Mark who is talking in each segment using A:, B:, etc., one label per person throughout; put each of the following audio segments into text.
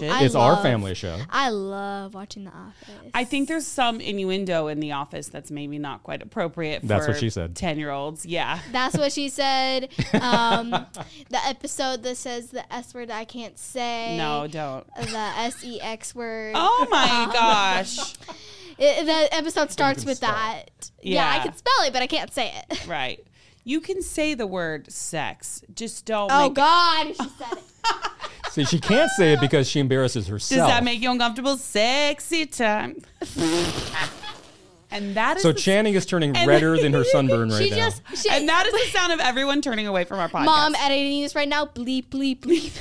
A: shit.
B: I
C: it's our
B: love-
C: family show.
B: I love watching The Office.
A: I think there's some innuendo in the office that's maybe not quite appropriate for
C: That's what she said.
A: 10 year olds. Yeah.
B: That's what she said. Um, the episode that says the S word I can't say.
A: No, don't.
B: The S E X word.
A: Oh my gosh.
B: It- the episode starts with
C: spell it.
B: that. Yeah.
A: Yeah.
B: I can spell it, but I can't say it.
A: Right. You can say the word sex. Just don't.
B: Oh
A: make-
B: God, she said it.
C: See, she can't say it because she embarrasses herself.
A: Does that make you uncomfortable? Sexy time. and that is
C: so
A: the-
C: Channing is turning
A: And-
C: redder than her sunburn right
B: she
C: now.
B: just she,
A: and that is the sound of everyone turning away from our podcast.
B: mom editing this right now. Bleep bleep bleep.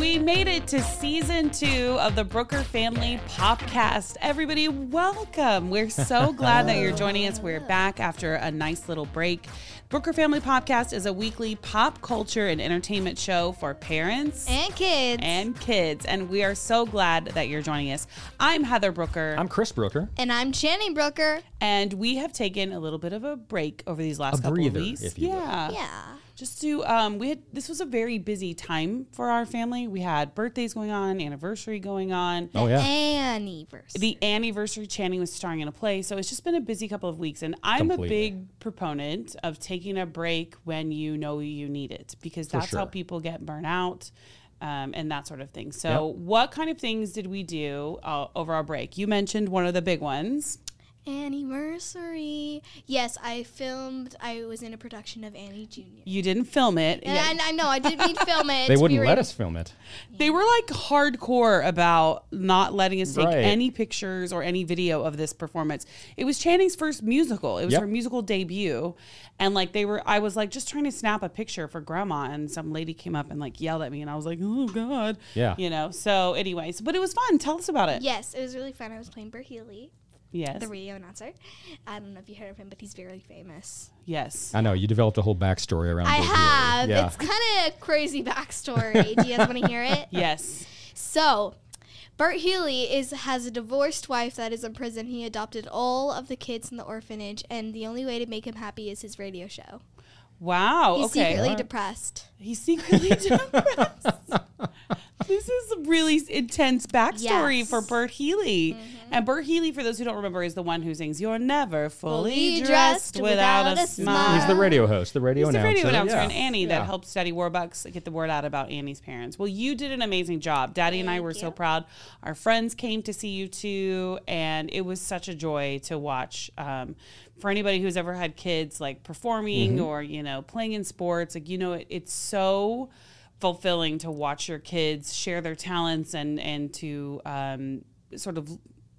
A: We made it to season two of the Brooker Family Podcast. Everybody, welcome. We're so glad that you're joining us. We're back after a nice little break. Brooker Family Podcast is a weekly pop culture and entertainment show for parents
B: and kids.
A: and kids. And we are so glad that you're joining us. I'm Heather Brooker.
C: I'm Chris Brooker.
B: And I'm Channing Brooker.
A: and we have taken a little bit of a break over these last
C: A
A: couple
C: breather,
A: of weeks.
C: if you will.
A: yeah.
B: Yeah.
A: Just to um we had this was a very busy time for our family. We had birthdays going on, anniversary going on.
C: Oh yeah.
B: Anniversary.
A: The anniversary Channing was starring in a play, so it's just been a busy couple of weeks. And I'm
C: Completely.
A: a big proponent of taking a break when you know you need it because that's how
C: sure.
A: people get burnt out um, and that sort of thing. So, what kind of things did we do uh, over our break? You mentioned one of the big ones.
B: anniversary. Yes, I filmed. I was in a production of Annie Junior.
A: You didn't film it.
B: And
A: Yeah.
B: I, I know I didn't film it.
C: They
B: We
C: wouldn't
B: were
C: let
B: in-
C: us film it.
A: They were like hardcore about not letting us take
C: Right.
A: any pictures or any video of this performance. It was Channing's first musical. It was
C: Yep.
A: her musical debut. And like they were I was like just trying to snap a picture for grandma and some lady came up and like yelled at me and I was like, "Oh god."
C: Yeah.
A: You know. So anyways, but it was fun. Tell us about it.
B: Yes, it was really fun. I was playing Bert Healy,
A: Yes.
B: the radio announcer. I don't know if you heard of him, but he's very famous.
A: Yes.
C: I know you developed a whole backstory around.
B: I
C: Big Deal.
B: have.
C: Yeah.
B: It's kind of crazy backstory. Do you guys want to hear it?
A: Yes.
B: So, Bert Healy is has a divorced wife that is in prison. He adopted all of the kids in the orphanage, and the only way to make him happy is his radio show.
A: Wow.
B: He's
A: okay.
B: secretly
C: Alright.
B: depressed.
A: He's secretly depressed. this is a really s- intense backstory
B: Yes.
A: for Bert Healy. And Bert Healy, for those who don't remember, is the one who sings "You're never fully
B: Fully
A: dressed
B: dressed
A: without,
B: without
A: a
B: a
A: smile."
B: smile.
C: He's the radio host, the radio
A: He's the
C: announcer.
A: radio announcer and
C: Yeah.
A: Annie
C: Yeah.
A: that helped Daddy Warbucks get the word out about Annie's parents. Well, you did an amazing job. Daddy and I
B: Thank
A: were so
B: you.
A: proud. Our friends came to see you too, and it was such a joy to watch. Um, for anybody who's ever had kids like performing
C: Mm-hmm.
A: or you know playing in sports, like you know, it, it's so fulfilling to watch your kids share their talents and and to um, sort of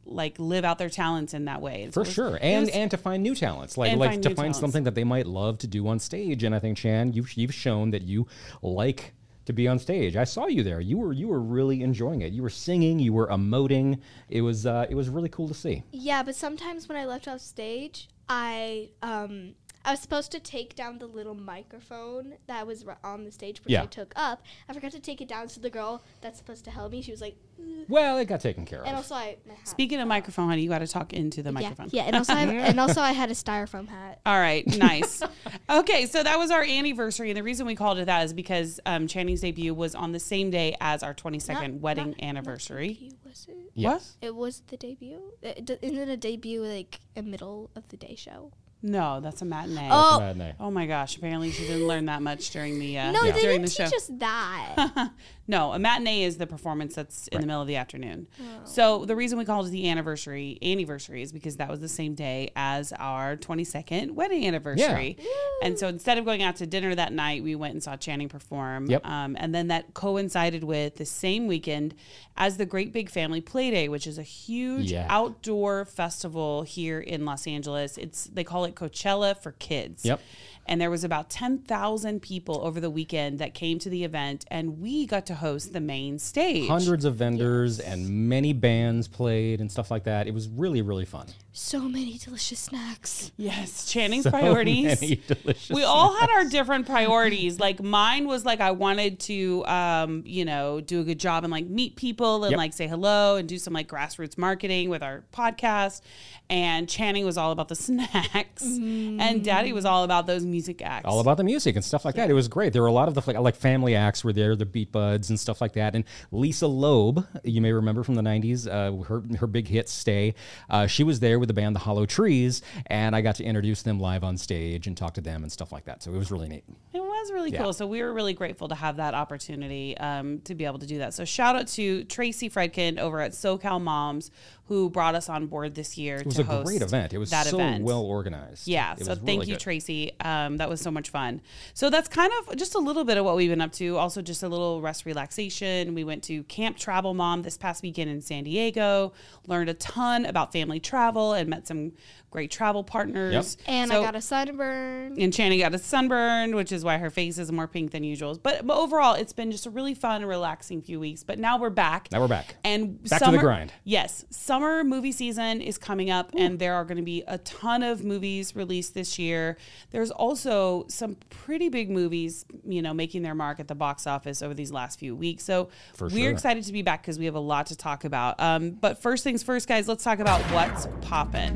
A: like live out their talents in that way.
C: For
A: So it was-
C: sure,
A: it
C: and
A: was-
C: and to find new talents, like
A: And
C: like
A: find
C: to
A: new
C: find
A: talents.
C: something that they might love to do on stage. And I think Chan, you've you've shown that you like to be on stage. I saw you there. You were you were really enjoying it. You were singing. You were emoting. It was uh, it was really cool to see.
B: Yeah, but sometimes when I left off stage, I um I was supposed to take down the little microphone that was r- on the stage, which
C: Yeah.
B: I took up. I forgot to take it down, so the girl that's supposed to help me, she was like, "Ugh."
C: Well, it got taken care
B: and
C: of.
B: also I my hat.
A: Speaking of microphone, honey, you got to talk into the
B: yeah,
A: microphone.
B: yeah, and also I, and also I had a styrofoam hat.
A: All right, nice. okay, so that was our anniversary, and the reason we called it that is because um, Channing's debut was on the same day as our 22nd wedding anniversary.
B: Debut, was it?
C: Yes.
B: It was the debut. It, d- isn't a debut like a middle of the day show?
A: No, that's a matinee. Oh.
B: Oh
C: Matinee.
A: my gosh! Apparently, she didn't learn that much during the uh,
B: no, they
A: during
B: didn't
A: the
B: teach
A: show.
B: us that.
A: no, a matinee is the performance that's in the middle of the afternoon. So the reason we called it the anniversary anniversary is because that was the same day as our 22nd wedding anniversary. And so instead of going out to dinner that night, we went and saw Channing perform.
C: Yep.
A: Um, and then that coincided with the same weekend as the Great Big Family Play Day, which is a huge
C: Yeah.
A: outdoor festival here in Los Angeles. It's they call it Coachella for kids.
C: Yep.
A: And there was about 10,000 people over the weekend that came to the event, and we got to host the main stage.
C: Hundreds of vendors and many bands played and stuff like that. It was really, really fun.
B: So many delicious snacks.
A: Yes, Channing's
C: So
A: priorities.
C: many delicious
A: we all had our different priorities. Like mine was like I wanted to, um, you know, do a good job and like meet people and
C: Yep.
A: like say hello and do some like grassroots marketing with our podcast. And Channing was all about the snacks, and Daddy was all about those music acts.
C: Mm-hmm. all about the music and stuff like that. It was great. There were a lot of the like, like family acts were there, the Beat Buds and stuff like that. And Lisa Loeb, you may remember from the '90s, uh, her her big hit "Stay." Uh, she was there with the band The Hollow Trees, and I got to introduce them live on stage and talk to them and stuff like that. So it was really neat.
A: It was really
C: Yeah.
A: cool. So we were really grateful to have that opportunity um, to be able to do that. So shout out to Tracy Fredkin over at SoCal Moms who brought us on board this year.
C: It was
A: to
C: a
A: host
C: great event. It was
A: that
C: so
A: event.
C: well organized.
A: Yeah.
C: It
A: So
C: was
A: thank
C: really
A: you,
C: good.
A: Tracy. Um, that was so much fun. So that's kind of just a little bit of what we've been up to. Also, just a little rest relaxation. We went to Camp Travel Mom this past weekend in San Diego, learned a ton about family travel, and met some great travel partners.
B: And
A: So-
B: I got a sunburn.
A: and Channing got a sunburn, which is why her face is more pink than usual. But, but overall, it's been just a really fun and relaxing few weeks. But now we're back.
C: Now we're back.
A: And
C: Back to the
A: summer,
C: grind.
A: Yes, summer movie season is coming up, and there are going to be a ton of movies released this year. There's also some pretty big movies, you know, making their mark at the box office over these last few weeks. So
C: For
A: we're
C: sure.
A: excited to be back because we have a lot to talk about. Um, but first things first, guys, let's talk about what's poppin'.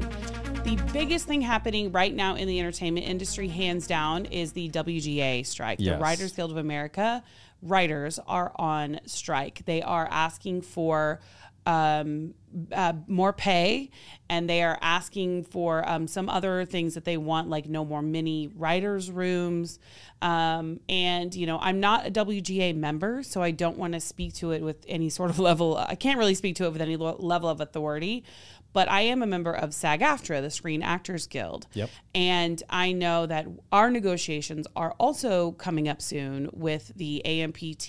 A: The biggest thing happening right now in the entertainment industry, hands down, is the WGA strike. The
C: Yes.
A: Writers Guild of America writers are on strike. They are asking for um, uh, more pay and they are asking for um, some other things that they want, like no more mini writers' rooms. Um, and, you know, I'm not a WGA member, so I don't want to speak to it with any sort of level. I can't really speak to it with any lo- level of authority but I am a member of SAG AFTRA, the Screen Actors Guild.
C: Yep.
A: And I know that our negotiations are also coming up soon with the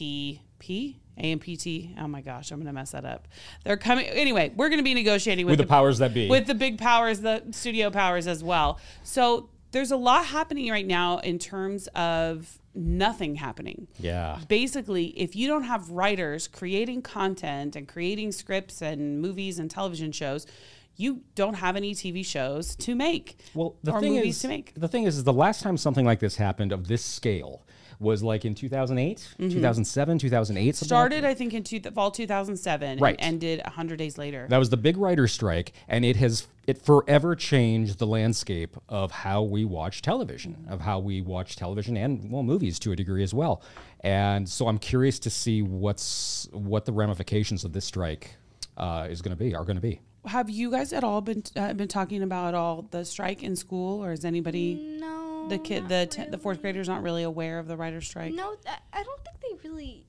A: AMPTP. AMPT. Oh my gosh, I'm going to mess that up. They're coming. Anyway, we're going to be negotiating with,
C: With the powers that be.
A: With the big powers, the studio powers as well. So there's a lot happening right now in terms of nothing happening
C: Yeah.
A: basically if you don't have writers creating content and creating scripts and movies and television shows you don't have any tv shows to make
C: Well, the
A: or
C: thing
A: movies
C: is,
A: to make
C: the thing is, is the last time something like this happened of this scale was like in 2008, 2007, 2008. something like
A: Mm-hmm. started i think in two, fall 2007
C: Right.
A: and ended 100 days later
C: That was the big writer's strike, and it has it forever changed the landscape of how we watch television, of how we watch television and well movies to a degree as well. And so I'm curious to see what's what the ramifications of this strike uh, is going to be are going to be.
A: have you guys at all been uh, been talking about all the strike in school or is anybody
B: No.
A: the kid
B: not
A: the te- the fourth
B: really.
A: graders not really aware of the writer's strike
B: No, th- I don't think they really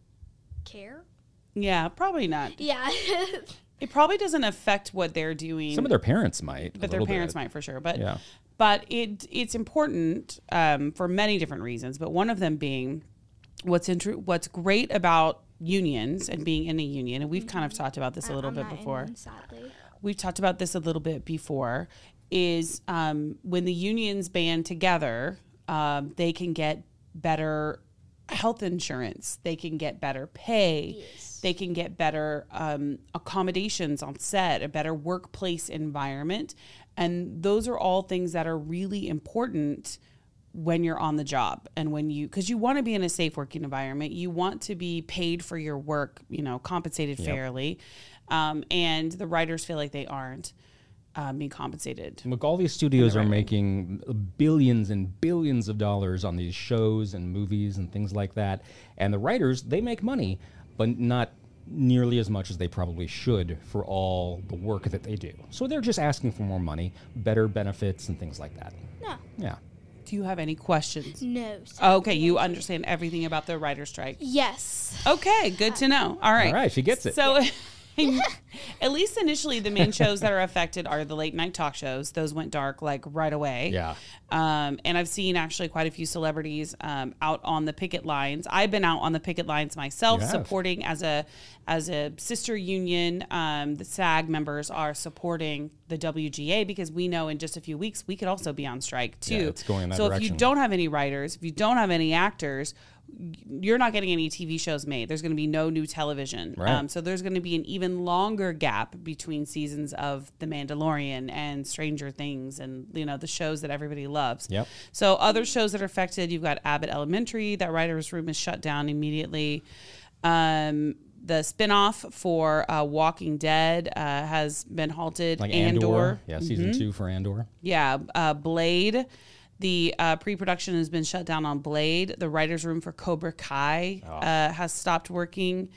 B: care.
A: yeah probably not
B: Yeah.
A: it probably doesn't affect what they're doing
C: Some of their parents might, a
A: but their
C: little
A: parents
C: bit.
A: might for sure. But
C: Yeah.
A: but it it's important um, for many different reasons. But one of them being what's inter- what's great about unions and being in a union, and we've kind of talked about this a little
B: I'm
A: bit
B: not in
A: before
B: one, sadly.
A: we've talked about this a little bit before is um, when the unions band together um, they can get better health insurance they can get better pay they can get better um, accommodations on set a better workplace environment and those are all things that are really important when you're on the job and when you because you want to be in a safe working environment you want to be paid for your work you know compensated fairly um, and the writers feel like they aren't um, being compensated
C: Look, all these studios are making billions and billions of dollars on these shows and movies and things like that. And the writers, they make money, but not nearly as much as they probably should for all the work that they do. So they're just asking for more money, better benefits, and things like that.
B: No.
C: Yeah.
A: do you have any questions
B: No. sadly.
A: okay you understand everything about the writer strike
B: Yes.
A: okay good to know all right
C: All right, she gets it.
A: so At least initially, the main shows that are affected are the late night talk shows. Those went dark like right away.
C: Yeah.
A: Um, and I've seen actually quite a few celebrities um, out on the picket lines. I've been out on the picket lines myself,
C: You have.
A: supporting as a as a sister union. Um, the SAG members are supporting the WGA because we know in just a few weeks we could also be on strike too.
C: Yeah, it's going in that
A: so if you
C: direction.
A: don't have any writers, if you don't have any actors, you're not getting any TV shows made. There's going to be no new television. Um,
C: Right.
A: so there's going to be an even longer gap between seasons of The Mandalorian and Stranger Things and you know the shows that everybody loves.
C: Yep.
A: So other shows that are affected, you've got Abbott Elementary. That writers' room is shut down immediately. Um, the spinoff for uh, Walking Dead uh, has been halted.
C: Like
A: Andor. Mm-hmm.
C: Andor. Yeah, season two for Andor.
A: Yeah, uh, Blade. The uh, pre-production has been shut down on Blade. The writers' room for Cobra Kai uh, has stopped working.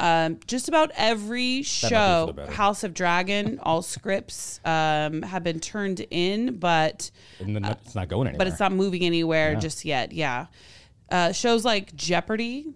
A: Um, just about every
C: you feel
A: show,
C: better.
A: House of Dragon, all scripts um, have been turned in, but
C: And then it's not going anywhere.
A: Uh, but it's not moving anywhere just yet. Yeah, uh, shows like Jeopardy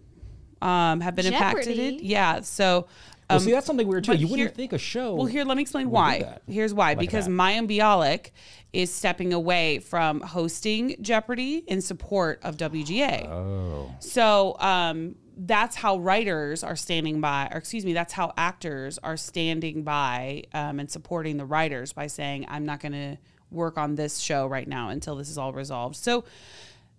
A: um, have been impacted.
B: Jeopardy?
A: Yeah, so
C: well, see, that's something weird too.
A: um, but
C: You
A: here-
C: wouldn't think a show.
A: well, here, let me explain
C: Oh, We'll do
A: why.
C: that.
A: Here's why. because
C: that.
A: Mayim Bialik is stepping away from hosting Jeopardy in support of WGA.
C: Oh,
A: So um, that's how writers are standing by, or excuse me, that's how actors are standing by um, and supporting the writers by saying, I'm not going to work on this show right now until this is all resolved. So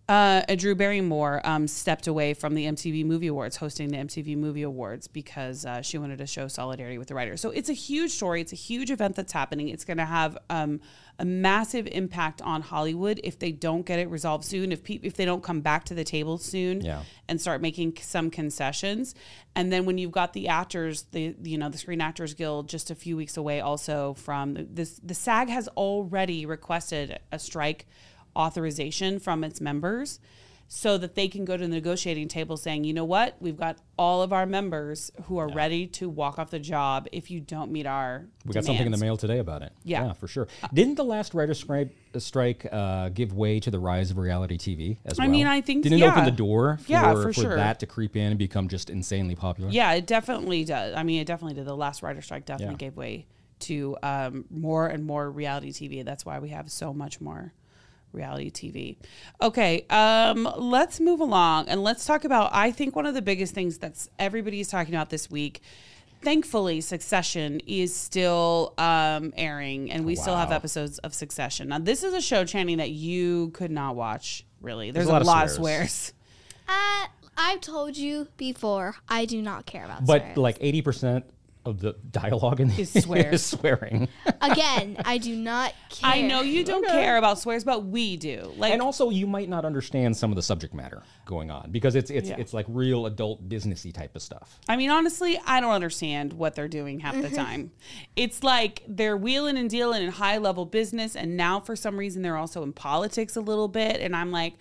A: uh, and Drew Barrymore um, stepped away from the MTV Movie Awards, hosting the MTV Movie Awards, because uh, she wanted to show solidarity with the writers. So it's a huge story. It's a huge event that's happening. It's going to have um, a massive impact on Hollywood if they don't get it resolved soon. If peop if they don't come back to the table soon,
C: Yeah.
A: and start making c- some concessions. And then when you've got the actors, the you know the Screen Actors Guild, just a few weeks away, also from the- this, the SAG has already requested a strike authorization from its members, so that they can go to the negotiating table saying, you know what, we've got all of our members who are ready to walk off the job if you don't meet our.
C: we got something in the
A: demands."
C: mail today about it.
A: Yeah.
C: for sure. Didn't the last writer strike strike uh, give way to the rise of reality TV as
A: I
C: well?
A: mean, I think-
C: didn't it open
A: yeah.
C: the door for,
A: Yeah, for
C: for,
A: sure.
C: that to creep in and become just insanely popular.
A: Yeah, it definitely does. I mean, it definitely did. The last writer strike definitely
C: Yeah.
A: gave way to um, more and more reality TV. That's why we have so much more reality TV. Okay, um, let's move along and let's talk about. I think one of the biggest things that's everybody's talking about this week. Thankfully, Succession is still um, airing, and we still have
C: Wow.
A: episodes of Succession. Now, this is a show, Channing, that you could not watch. Really, there's, a lot, of swears.
B: Uh, I've told you before, I do not care about
C: but
B: swears.
C: like eighty percent of the dialogue in
A: Is
C: this
A: swear.
C: is swearing.
B: Again, I do not care.
A: I know you don't care about swears, but we do. Like,
C: and also you might not understand some of the subject matter going on because it's it's
A: Yeah.
C: it's like real adult Disney type of stuff.
A: I mean, honestly, I don't understand what they're doing half
C: Mm-hmm.
A: the time. It's like they're wheeling and dealing in high level business, and now for some reason they're also in politics a little bit. And I'm like,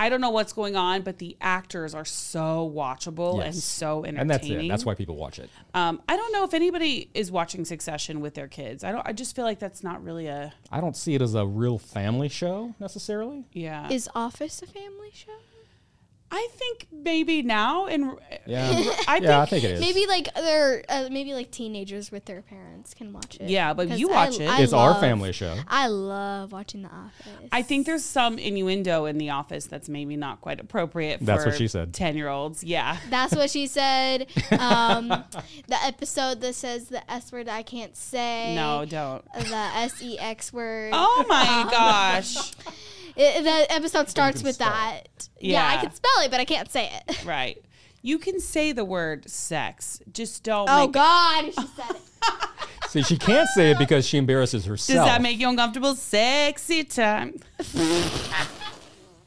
A: I don't know what's going on, but the actors are so watchable and
C: Yes.
A: so entertaining.
C: And that's it. That's why people watch it.
A: Um, I don't know if anybody is watching Succession with their kids. I don't. I just feel like that's not really a
C: I don't see it as a real family show necessarily.
A: yeah.
B: Is Office a family show?
A: I think maybe now and
C: Yeah,
A: I
C: yeah, I
A: think
C: think it is.
B: Maybe like they're uh, maybe like teenagers with their parents can watch it.
A: Yeah, but
B: 'Cause
A: you
B: I-
A: watch it.
B: I
C: it's our
B: love-
C: family show.
B: I love watching The Office.
A: I think there's some innuendo in the office that's maybe not quite appropriate for
C: That's what she said.
A: 10 year olds. Yeah.
B: That's what she said. Um, the episode that says the S word I can't say.
A: No, don't.
B: The S E X word.
A: Oh my gosh.
B: It- the episode starts with
C: spell it.
B: that. Yeah.
A: Yeah.
B: I can spell it, but I can't say it.
A: Right. You can say the word sex. Just don't
B: Oh
A: make
B: God, she said it.
C: See, she can't say it because she embarrasses herself.
A: Does that make you uncomfortable? Sexy time.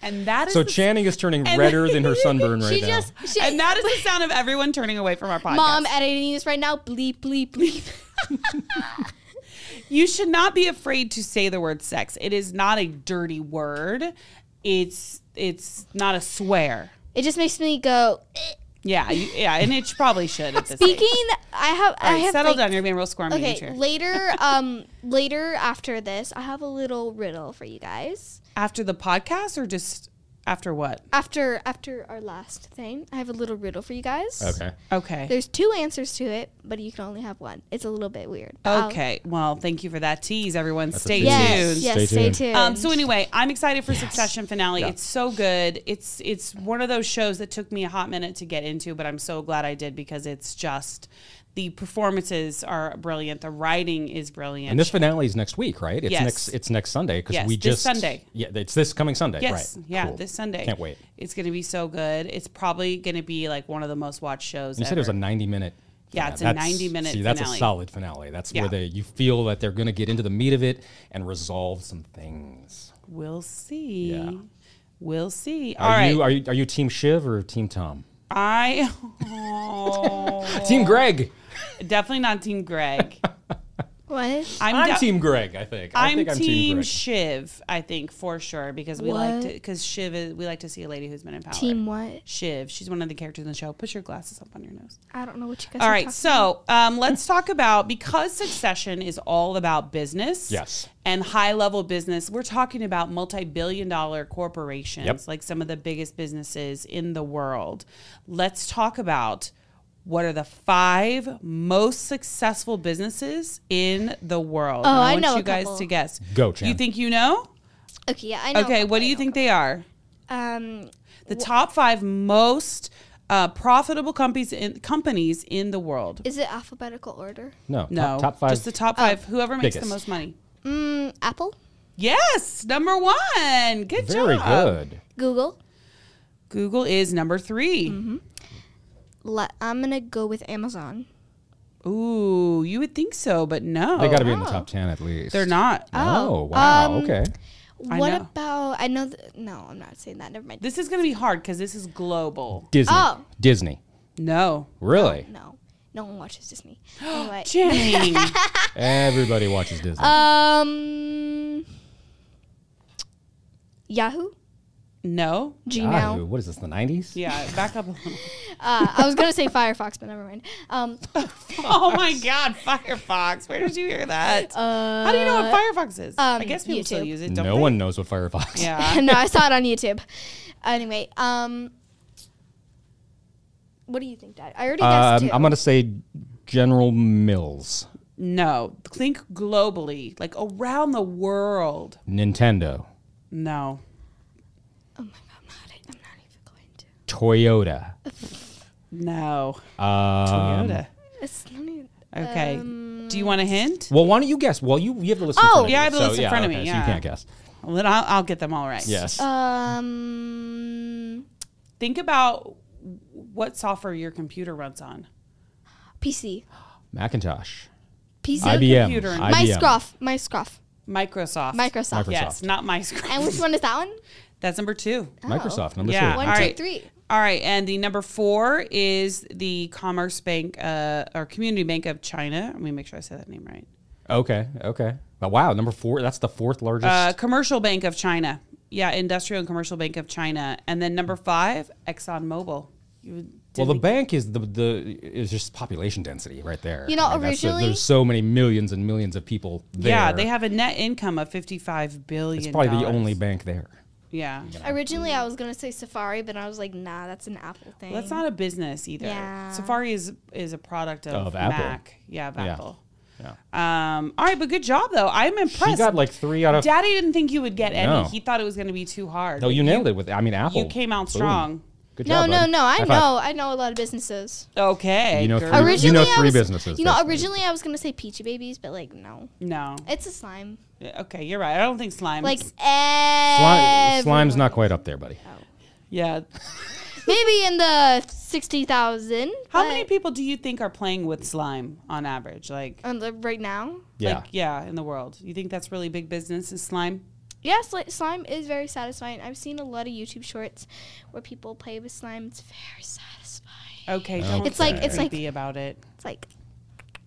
A: and that is
C: so
A: the,
C: Channing is turning
A: and-
C: redder than her sunburn right
B: She
C: now.
B: just she,
A: and that is the sound of everyone turning away from our podcast.
B: mom eh. editing this right now. Bleep bleep bleep.
A: You should not be afraid to say the word sex. It is not a dirty word. It's it's not a swear.
B: it just makes me go. "Eh."
A: Yeah, you, yeah, and it probably should at this age.
B: Speaking, I have I
A: All right,
B: have
A: settle
B: like-
A: down. You're being real squirmy in your
B: Okay,
A: chair.
B: later, um, later after this, I have a little riddle for you guys.
A: After the podcast or just After what?
B: After after our last thing, I have a little riddle for you guys.
C: Okay.
A: Okay.
B: There's two answers to it, but you can only have one. It's a little bit weird. I'll-
A: okay. Well, thank you for that tease, everyone.
C: That's a
A: Stay
C: tease.
B: Yes.
A: tuned.
B: Yes.
C: Stay
B: Stay,
C: tuned.
B: tuned.
A: Um, so anyway, I'm excited for
C: Yes.
A: Succession finale.
C: Yeah.
A: It's so good. It's it's one of those shows that took me a hot minute to get into, but I'm so glad I did because it's just the performances are brilliant. The writing is brilliant.
C: And this finale is next week, right? It's
A: Yes.
C: next it's next Sunday because
A: Yes,
C: we
A: this
C: just
A: Sunday.
C: Yeah, it's this coming Sunday,
A: yes,
C: right?
A: yeah,
C: Cool.
A: this Sunday.
C: Can't wait.
A: It's going to be so good. It's probably going to be like one of the most watched shows.
C: You said it was
A: ever.
C: a 90 minute.
A: Yeah,
C: finale.
A: it's a
C: That's-
A: 90-minute
C: See, that's a
A: finale.
C: solid finale. That's where
A: Yeah.
C: they you feel that they're going to get into the meat of it and resolve some things.
A: We'll see.
C: Yeah.
A: We'll see. All
C: Are
A: right.
C: you are you are you team Shiv or team Tom?
A: I oh,
C: Team Greg.
A: definitely not Team Greg.
B: What?
A: I'm,
C: I'm,
A: de-
C: team Greg, I think. I
A: I'm
C: think I'm team
A: team
C: Greg.
A: Shiv, I think for sure because we like to
B: What?
A: because Shiv is, we like to see a lady who's been in power.
B: Team what?
A: Shiv, she's one of the characters in the show. Put your glasses up on your nose.
B: I don't know what you guys.
A: All
B: are
A: right,
B: talking
A: so um, let's talk about because Succession is all about business.
C: Yes.
A: And high level business. We're talking about multi billion dollar corporations,
C: Yep.
A: like some of the biggest businesses in the world. Let's talk about what are the five most successful businesses in the world.
B: Oh,
A: And
B: I
A: want
B: know
A: you
B: a
A: guys
B: couple.
A: to guess.
C: Go, Chan.
A: You think you know?
B: Okay, yeah, I know.
A: okay, what do
B: I
A: you
B: know.
A: think they are?
B: Um,
A: The top five most uh, profitable companies in, companies in the world.
B: is it alphabetical order?
C: No,
A: No,
C: Top, top five. Oh.
A: Just the top five. Whoever makes the
C: Biggest.
A: most money.
B: Mm, Apple,
A: Yes, number one. Good
C: Very
A: job.
C: good.
B: Google.
A: Google is number 3
B: Le- I'm gonna go with Amazon.
A: Ooh, you would think so, but no,
C: They got to be in the
B: Oh.
C: top 10 at least.
A: They're not.
C: Oh,
B: Oh,
C: wow.
B: um,
C: okay.
A: I
B: what
A: know.
B: about? I know. Th- no, I'm not saying that. Never mind.
A: This is going to be hard because this is global.
C: Disney.
B: oh.
C: Disney.
A: No,
C: Really?
B: no, no one watches Disney. Anyway,
A: Jane.
C: Everybody watches Disney.
A: Oh,
B: um, Yahoo,
A: no.
B: Gmail.
C: Yahoo. Ah, What is this, the 90s?
A: Yeah, back up. a little.
B: Uh, I was gonna say Firefox, but never mind. Um,
A: oh my God, Firefox. Where did you hear that?
B: uh,
A: How do you know what Firefox is? I
B: um,
A: guess people still
B: YouTube.
A: use it. Don't
C: No
A: they?
C: one knows what Firefox is.
A: Yeah.
B: no, I saw it on YouTube. Anyway, um, what do you think, Dad? I already guessed
C: Um,
B: two.
C: I'm going to say General Mills,
A: No. Think globally, like around the world.
C: Nintendo,
A: No.
B: oh my god, I'm not. I'm not even going to.
C: Toyota.
A: No.
C: Um,
A: Toyota.
B: It's not even.
A: Okay. Do you want a hint?
C: Well, why don't you guess? Well, you, you have the list in
B: Oh,
C: front of
A: yeah,
C: you,
A: I have the
C: so,
A: list in front of me,
C: okay, So
A: yeah. Uh,
C: you can't guess.
A: Well, Then I'll, I'll get them all right.
C: Yes.
B: Um,
A: Think about what software your computer runs on.
B: PC,
C: Macintosh.
B: PC,
C: IBM.
A: computer and-
C: IBM.
B: MyScroff, MyScroff,
A: Microsoft.
B: Microsoft.
C: Microsoft.
A: Yes, not Microsoft.
B: And which one is that one?
A: That's number two.
C: Microsoft, number
A: Oh. Yeah.
C: two.
B: One,
A: All
B: two,
A: right.
B: three.
A: All right, and the number four is the Commerce Bank uh, or Community Bank of China. Let me make sure I say that name right.
C: Okay, okay. But wow, number four, that's the fourth largest.
A: Uh, Commercial Bank of China. Yeah, Industrial and Commercial Bank of China. And then number five, ExxonMobil. You didn't
C: well, the
A: think-
C: bank is the, the is just population density right there.
B: You know,
C: that's the-
B: originally-
C: there's so many millions and millions of people there.
A: Yeah, they have a net income of $55 billion.
C: It's probably the only bank there.
A: Yeah.
B: Originally, I was gonna say Safari, but I was like, nah, that's an Apple thing.
A: Well, that's not a business either.
B: Yeah.
A: Safari is is a product of,
C: Of Apple.
A: Mac. Yeah, of
C: Yeah.
A: Apple.
C: Yeah.
A: Um, all right, but good job though. I'm impressed.
C: She got like three out of.
A: Daddy didn't think you would get any.
C: No.
A: He thought it was going to be too hard.
C: no, you nailed it with. I mean, Apple.
A: You came out
C: Boom.
A: strong.
C: Good
B: no,
C: job.
B: no,
C: bud.
B: no. I
C: High five.
B: know. I know a lot of businesses.
A: Okay.
C: You know
A: girl.
C: three- Orig-
B: Originally,
C: know
B: I
C: three
B: was,
C: businesses,
B: You know,
C: basically.
B: originally I was gonna say Peachy Babies, but like, no,
A: no.
B: it's a slime.
A: Okay, you're right. I don't think slime.
B: Like
C: Sli-
B: everyone.
C: slime's not quite up there, buddy.
A: yeah.
B: Maybe in the sixty thousand.
A: How many people do you think are playing with slime on average? Like,
B: On the, right now,
C: Yeah.
A: like yeah, in the world. You think that's really big business is slime?
B: yeah, sli- slime is very satisfying. I've seen a lot of YouTube shorts where people play with slime. It's very satisfying.
A: Okay. Don't
B: It's like-
A: be
B: it's like-
A: creepy about it.
B: It's like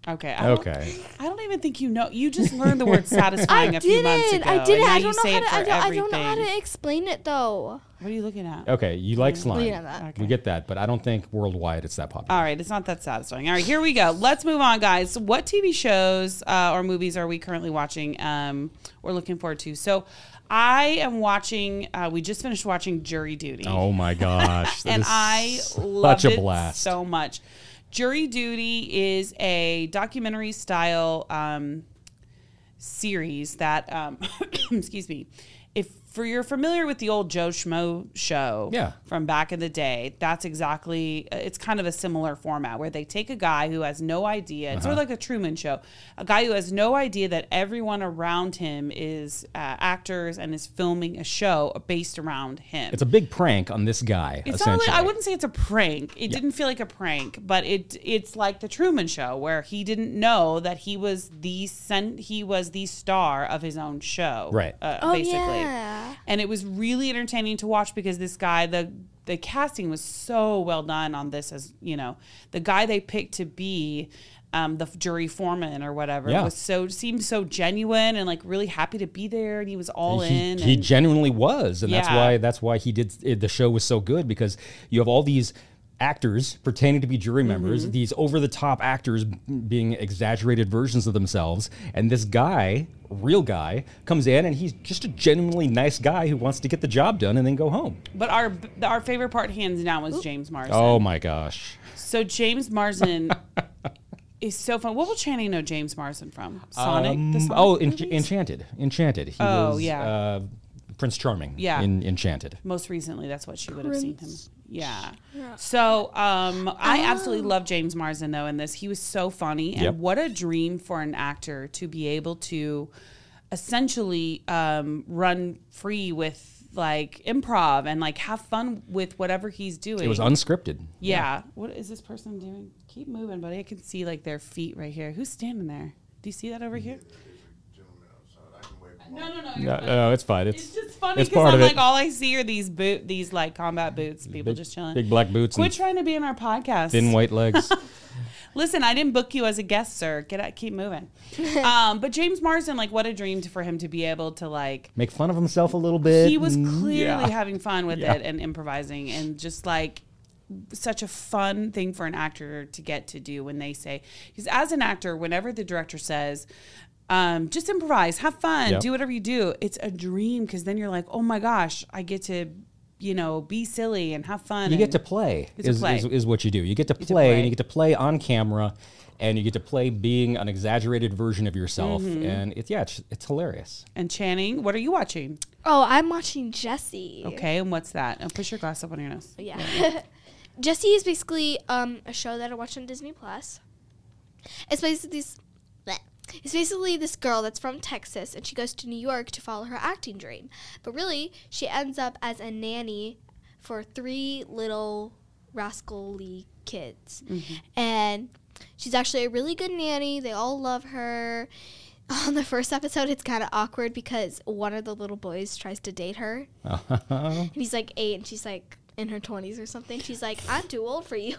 A: Okay. I don't-
C: Okay.
A: I don't even think you know. You just learned the word satisfying
B: I
A: a few
B: did
A: months
B: it.
A: ago.
B: I did
A: and
B: it.
A: now
B: I
A: you
B: don't know
A: say
B: how
A: it
B: to.
A: for
B: I don't, I don't know how
A: everything.
B: to explain it though.
A: What are you looking at?
C: Okay, you like slime.
B: you know that.
A: Okay.
C: We get that, but I don't think worldwide it's that popular.
A: All right, it's not that satisfying. All right, here we go. Let's move on, guys. What TV shows uh, or movies are we currently watching um, or looking forward to? So, I am watching. Uh, we just finished watching Jury Duty,
C: Oh my gosh. that
A: and
C: is
A: I
C: such
A: loved
C: a
A: it
C: blast.
A: so much. Jury Duty is a documentary style um, series that, um, excuse me, if for you're familiar with the old Joe Schmo show
C: Yeah.
A: from back in the day, that's exactly uh, it's kind of a similar format where they take a guy who has no idea. It's sort
C: Uh-huh.
A: of like a Truman show, a guy who has no idea that everyone around him is uh, actors and is filming a show based around him.
C: it's a big prank on this guy.
A: It's not
C: essentially.
A: like, I wouldn't say it's a prank. It didn't feel like a prank, but it it's like the Truman Show where he didn't know that he was the sen- he was the star of his own show,
C: Right.
A: Uh,
B: Oh,
A: basically,
B: yeah.
A: and it was really entertaining to watch because this guy the the casting was so well done on this as you know the guy they picked to be. Um, the jury foreman or whatever
C: Yeah.
A: was so seemed so genuine and like really happy to be there and he was all
C: he,
A: in.
C: he
A: and-
C: genuinely was and that's
A: Yeah.
C: why that's why he did it, the show was so good because you have all these actors pretending to be jury members
A: Mm-hmm.
C: these over-the-top actors being exaggerated versions of themselves and this guy real guy comes in and he's just a genuinely nice guy who wants to get the job done and then go home
A: but our our favorite part hands down was James Marsden.
C: oh my gosh
A: So James Marsden is so fun. What will Channing know James Marsden from? Sonic. the
C: Um,
A: Sonic
C: oh Ench-
A: movies?
C: enchanted enchanted he
A: Oh,
C: was
A: yeah.
C: uh, prince charming
A: Yeah.
C: in enchanted
A: Most recently, that's what she would have seen him. Yeah. So um, I absolutely love James Marsden though. In this, he was so funny, and
C: Yep.
A: what a dream for an actor to be able to essentially um, run free with like improv and like have fun with whatever he's doing.
C: it was unscripted
A: Yeah. What is this person doing? Keep moving, buddy. I can see like their feet right here. Who's standing there? Do you see that over here? No, no, no. you're
C: no,
A: fine.
C: no, it's fine. It's
A: It's just funny
C: it's part
A: because I'm
C: of
A: like,
C: it.
A: all I see are these boot, these like combat boots. People just chilling.
C: big black boots
A: Quit
C: and
A: trying to be in our podcast.
C: thin white legs.
A: Listen, I didn't book you as a guest, sir. Get out, keep moving. um, but James Marsden, like, what a dream to, for him to be able to like
C: make fun of himself a little bit.
A: he was
C: Mm,
A: clearly
C: yeah.
A: having fun with
C: Yeah.
A: it and improvising and just like such a fun thing for an actor to get to do when they say because as an actor whenever the director says um, just improvise have fun
C: Yep.
A: do whatever you do it's a dream because then you're like oh my gosh i get to you know be silly and have fun
C: You
A: and
C: get to play
A: It's a
C: is,
A: play.
C: Is, is what you do. You get to play,
A: play.
C: and you get to play on camera, and you get to play being an exaggerated version of yourself.
A: Mm-hmm.
C: And it's yeah, it's, it's hilarious.
A: and channing what are you watching
B: Oh, I'm watching Jesse.
A: okay and what's that oh, push your glass up on your nose
B: Yeah. Jesse is basically um, a show that I watch on Disney Plus. It's basically this. bleh. It's basically this girl that's from Texas and she goes to New York to follow her acting dream. But really, she ends up as a nanny for three little rascally kids. And she's actually a really good nanny. They all love her. On the first episode, it's kind of awkward because one of the little boys tries to date her. And he's like eight, and she's like in her twenties or something. She's like, I'm too old for you.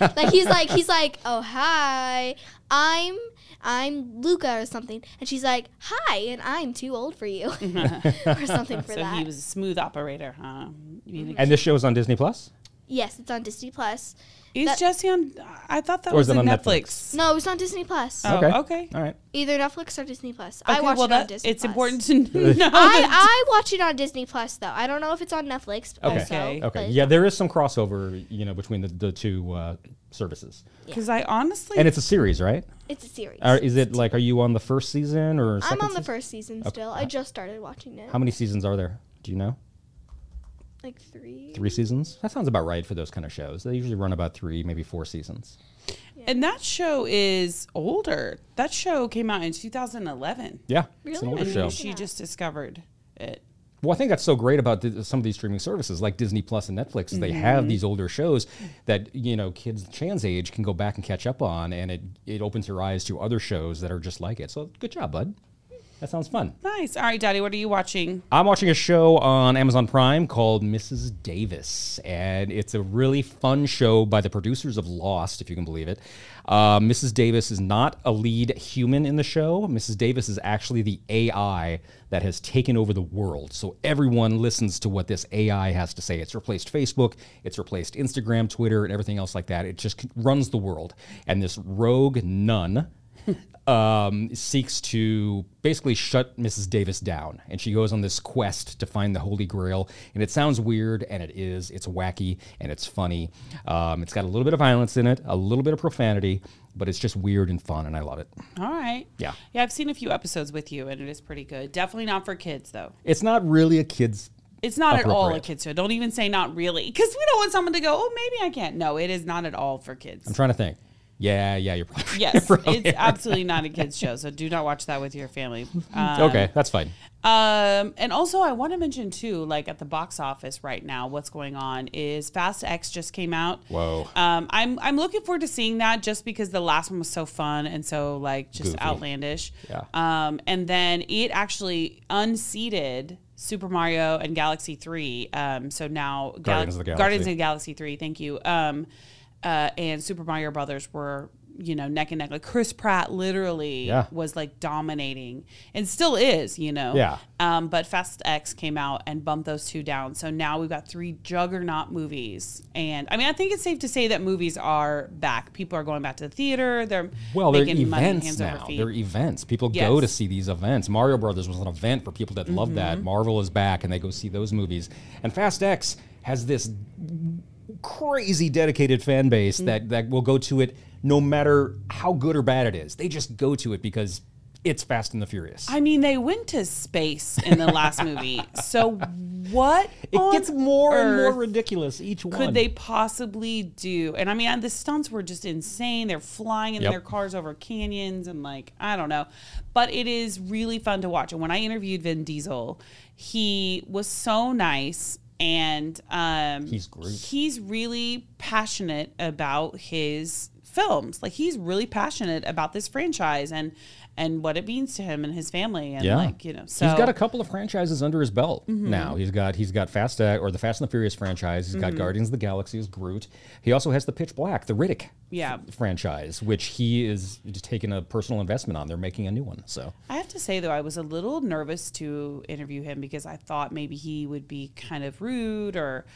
B: like he's like he's like, oh hi, I'm I'm Luca or something, and she's like, hi, and I'm too old for you or something for
A: so
B: that. Mm-hmm.
A: he was a smooth operator huh You mean-
C: and this show is on Disney Plus.
B: yes, it's on Disney Plus.
A: is
B: that-
A: jesse on i thought that
C: Or is
A: was
C: it
A: on
C: on
A: netflix,
B: No, it's on Disney Plus.
A: Oh,
C: Okay.
A: okay
C: All right.
B: Either Netflix or Disney Plus. I
A: Okay,
B: watch it on
A: that-
B: Disney.
A: It's
B: Plus.
A: important to know.
B: I,
A: that-
B: I watch it on Disney Plus though. I don't know if it's on Netflix.
C: Okay.
B: also,
A: Okay.
B: but
C: Okay. Yeah, there is some crossover, you know, between the, the two uh, services.
A: Because I honestly,
C: And it's a series, right?
B: It's a series.
C: Or is it like, are you on the first season or?
B: I'm
C: second
B: on the
C: season?
B: first season still. I just started watching it.
C: How many seasons are there? Do you know?
B: Like three.
C: Three seasons. That sounds about right for those kind of shows. They usually run about three, maybe four seasons.
A: and that show is older. That show came out in 2011,
C: Yeah, it's an
B: Really?
C: older
A: and
C: show.
A: she just discovered it.
C: Well, I think that's so great about th- some of these streaming services like Disney Plus and Netflix. is They have these older shows that you know kids Chan's age can go back and catch up on, and it it opens your eyes to other shows that are just like it. So good job, bud. That sounds fun.
A: Nice. All right, Daddy, what are you watching?
C: I'm watching a show on Amazon Prime called Mrs. Davis, and it's a really fun show by the producers of Lost, if you can believe it. Uh, Mrs. Davis is not a lead human in the show. Mrs. Davis is actually the AI that has taken over the world. So everyone listens to what this AI has to say. It's replaced Facebook, it's replaced Instagram, Twitter, and everything else like that. It just c- runs the world. And this rogue nun um, seeks to basically shut Mrs. Davis down, and she goes on this quest to find the Holy Grail. And it sounds weird, and it is. It's wacky and it's funny. Um, it's got a little bit of violence in it, a little bit of profanity, but it's just weird and fun, and I love it.
A: All right.
C: Yeah.
A: Yeah, I've seen a few episodes with you, and it is pretty good. Definitely not for kids, though.
C: It's not really a kids.
A: It's not at all a
C: Appropriate.
A: kids show. Don't even say not really, because we don't want someone to go, oh, maybe I can't. No, it is not at all for kids.
C: I'm trying to think. Yeah, yeah, you're probably.
A: Yes, it's absolutely not a kids show. So do not watch that with your family. Um,
C: Okay, that's fine.
A: Um, and also, I want to mention too, like at the box office right now, what's going on is Fast X just came out.
C: Whoa.
A: Um, I'm I'm looking forward to seeing that just because the last one was so fun and so like just
C: Goofy.
A: outlandish.
C: Yeah.
A: Um, and then it actually unseated Super Mario and Galaxy Three. Um, so now Gal-
C: Guardians of the Galaxy.
A: Guardians of the Galaxy Three. Thank you. Um, uh, and Super Mario Brothers were you know neck and neck. Like Chris Pratt literally
C: Yeah.
A: was like dominating and still is. You know.
C: Yeah.
A: Um, but Fast X came out and bumped those two down. So now we've got three juggernaut movies. And I mean, I think it's safe to say that movies are back. People are going back to the theater. They're
C: Well, they're
A: making money
C: events
A: hands over
C: now.
A: feet.
C: They're events. People
A: Yes. Mm-hmm.
C: go to see these events. Mario Brothers was an event for people that love that. Marvel is back, and they go see those movies. And Fast X has this crazy dedicated fan base
A: Mm-hmm.
C: that that will go to it no matter how good or bad it is. They just go to it because it's Fast and the Furious.
A: I mean, they went to space in the last movie. So what?
C: it
A: on
C: gets more and more
A: earth
C: ridiculous each one.
A: Could they possibly do? And I mean, and the stunts were just insane. They're flying in
C: Yep.
A: their cars over canyons and like I don't know, but it is really fun to watch. And when I interviewed Vin Diesel, he was so nice and um,
C: He's great.
A: He's really passionate about his films. Like he's really passionate about this franchise and and what it means to him and his family and
C: Yeah.
A: like you know. So Mm-hmm.
C: he's got a couple of franchises under his belt now. He's got he's got Fast Act or the Fast and the Furious franchise. He's
A: Mm-hmm.
C: got Guardians of the Galaxy as Groot. He also has the Pitch Black, the Riddick
A: Yeah.
C: f- franchise, which he is just taking a personal investment on. They're making a new one. So
A: I have to say though, I was a little nervous to interview him because I thought maybe he would be kind of rude or,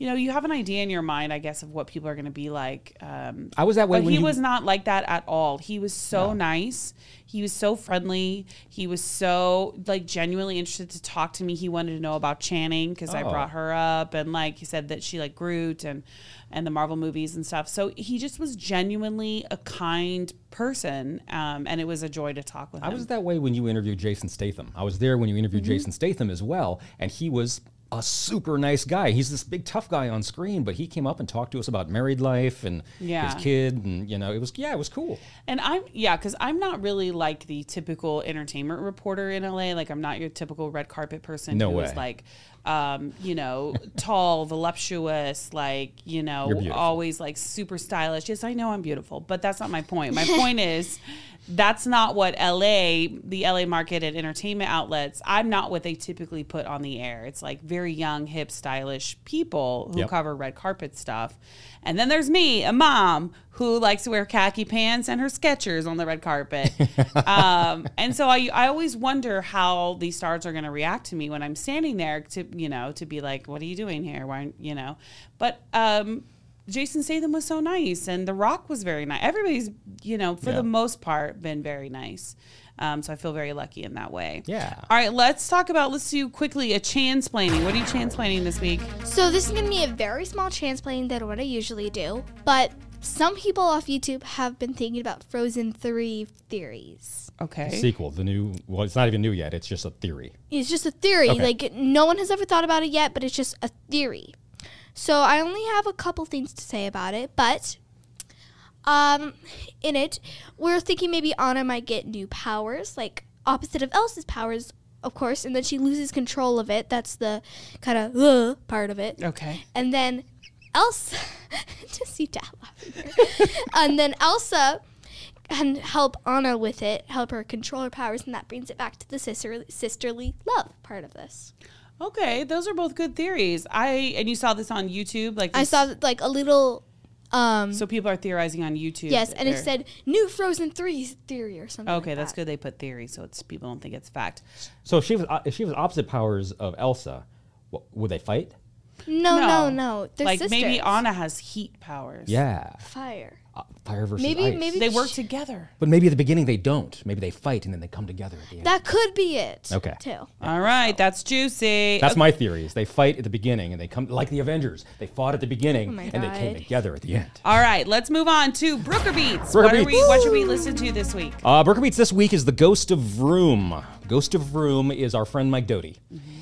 A: you know, you have an idea in your mind, I guess, of what people are going to be like. Um,
C: I was that way
A: but
C: when
A: he
C: you-
A: was not like that at all. He was so nice. He was so friendly. He was so like genuinely interested to talk to me. He wanted to know about Channing because I
C: Oh.
A: brought her up and like he said that she like Groot and and the Marvel movies and stuff. So he just was genuinely a kind person, um, and it was a joy to talk with
C: I
A: him.
C: was that way when you interviewed Jason Statham. I was there when you interviewed
A: Mm-hmm.
C: Jason Statham as well, and he was a super nice guy. He's this big tough guy on screen, but he came up and talked to us about married life and
A: Yeah.
C: his kid, and you know, it was yeah, it was cool.
A: And I'm yeah, because I'm not really like the typical entertainment reporter in LA. Like I'm not your typical red carpet person
C: No
A: who is
C: way.
A: like, um, you know, tall, voluptuous, like you
C: You're
A: know,
C: beautiful.
A: always like super stylish. Yes, I know I'm beautiful, but that's not my point. My point is. That's not what LA, the LA market and entertainment outlets, I'm not what they typically put on the air. It's like very young, hip, stylish people who
C: Yep.
A: cover red carpet stuff. And then there's me, a mom who likes to wear khaki pants and her Skechers on the red carpet. um, and so I, I always wonder how these stars are going to react to me when I'm standing there to, you know, to be like, what are you doing here? Why, aren't-" you know, but, um, Jason Statham was so nice and The Rock was very nice. Everybody's, you know, for
C: Yeah.
A: the most part been very nice. Um, so I feel very lucky in that way.
C: Yeah.
A: All right, let's talk about, let's do quickly a chansplaining. What are you chansplaining this week?
B: So this is gonna be a very small transplaying than what I usually do, but some people off YouTube have been thinking about Frozen Three theories.
A: Okay.
C: Sequel, the new well, it's not even new yet. It's just a theory.
B: It's just a theory.
C: Okay.
B: Like no one has ever thought about it yet, but it's just a theory. So I only have a couple things to say about it, but um, in it we're thinking maybe Anna might get new powers, like opposite of Elsa's powers, of course, and then she loses control of it. That's the kind of uh, part of it.
A: Okay.
B: And then Elsa, just see Dad laughing. here. and then Elsa and help Anna with it, help her control her powers, and that brings it back to the sister, sisterly love part of this.
A: Okay, those are both good theories. I and you saw this on YouTube, like
B: I
A: this-
B: saw like a little, um,
A: So people are theorizing on YouTube.
B: yes, and it
A: or-
B: said new Frozen Three theory or something.
A: Okay,
B: like
A: that's
B: that.
A: good. They put theory, so it's people don't think it's fact.
C: So if she was if she was opposite powers of Elsa, wha- would they fight?
B: Oh, No, no, no. They're
A: like maybe
B: sisters.
A: Anna has heat powers.
C: Yeah,
B: fire.
C: Uh, fire versus
B: Maybe-
C: ice.
B: maybe-
A: they work together.
C: But maybe at the beginning they don't. Maybe they fight and then they come together at the end.
B: That could be it.
C: Okay.
B: Too.
A: All right, that's juicy.
C: That's my theory. Is they fight at the beginning and they come like the Avengers. They fought at the beginning
B: Oh my
C: and they came
B: God.
C: together at the end.
A: All right, let's move on to Brooker Beats.
C: Brooker
A: what are we?
C: Beats.
A: What should we listen to this week?
C: Uh, Burker Beats this week is the Ghost of Room. Ghost of Room is our friend Mike Doty.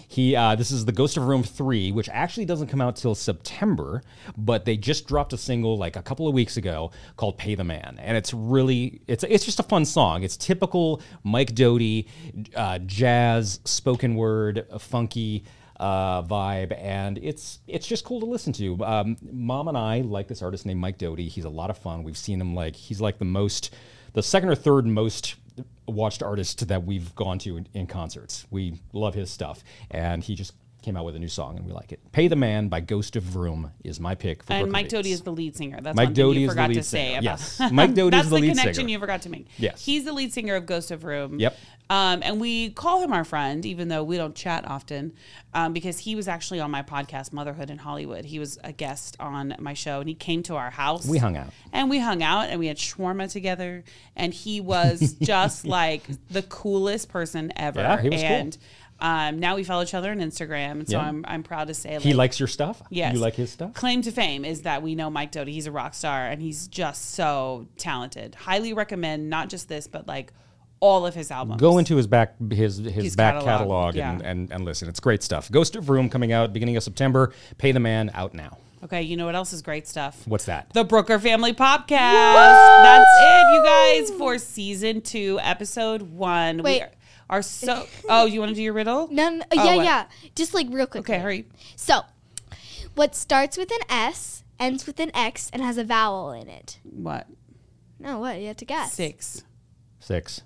C: He uh, this is the Ghost of Room three, which actually doesn't come out till September, but they just dropped a single like a couple of weeks ago called "Pay the Man," and it's really it's it's just a fun song. It's typical Mike Doty, uh, jazz, spoken word, funky. Uh, vibe and it's it's just cool to listen to. Um, Mom and I like this artist named Mike Doty. He's a lot of fun. We've seen him like he's like the most the second or third most watched artist that we've gone to in, in concerts. We love his stuff, and he just came out with a new song, and we like it. "Pay the Man" by Ghost of Vroom is my pick. For
A: And
C: Brooker
A: Mike Doty
C: Beats.
A: is the lead singer. That's
C: Mike
A: one thing
C: Doty
A: you
C: is the
A: forgot to
C: lead
A: say.
C: singer.
A: About.
C: Yes. Mike Doty is
A: That's
C: the lead
A: connection
C: singer.
A: you forgot to make.
C: Yes.
A: he's the lead singer of Ghost of Room.
C: Yep.
A: Um, and we call him our friend, even though we don't chat often, um, because he was actually on my podcast, Motherhood in Hollywood. He was a guest on my show, and he came to our house.
C: We hung out.
A: and we hung out, and we had shawarma together. And he was just like the coolest person ever.
C: Yeah, he was cool.
A: and, Um, now we follow each other on Instagram, and so
C: Yeah.
A: I'm I'm proud to say
C: He
A: like,
C: likes your stuff.
A: Yes.
C: you like his stuff.
A: Claim to fame is that we know Mike Doty. He's a rock star and he's just so talented. Highly recommend not just this, but like all of his albums.
C: Go into his back his his,
A: His
C: back
A: catalog,
C: catalog, and,
A: yeah.
C: and and listen. It's great stuff. Ghost of Room coming out beginning of September. Pay the Man out now.
A: Okay, you know what else is great stuff?
C: What's that?
A: The Brooker Family Podcast. That's it, you guys, for season two, episode one.
B: Wait.
A: We are, are so. Oh, you want to do your riddle?
B: No, no,
A: Oh,
B: uh, yeah,
A: what?
B: yeah. Just like real quick.
A: Okay, hurry.
B: So, what starts with an S, ends with an X, and has a vowel in it?
A: What?
B: No, what? You have to guess.
A: Six.
C: Six.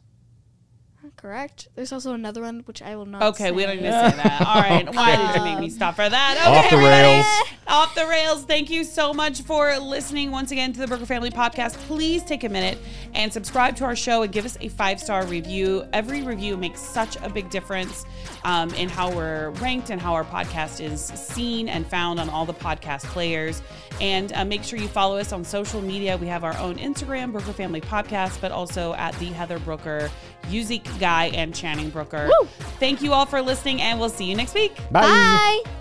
B: Correct. There's also another one which I will not.
A: Okay,
B: say.
A: we don't need to say that. All right. Why did you make me stop for that? Okay,
C: Off the rails.
A: Off the rails. Thank you so much for listening once again to the Burger Family Podcast. Please take a minute and subscribe to our show and give us a five star review. Every review makes such a big difference um, in how we're ranked and how our podcast is seen and found on all the podcast players. And uh, make sure you follow us on social media. We have our own Instagram, Brooker Family Podcast, but also at the Heather Brooker, Uzik Guy, and Channing Brooker. Thank you all for listening, and we'll see you next week.
B: Bye.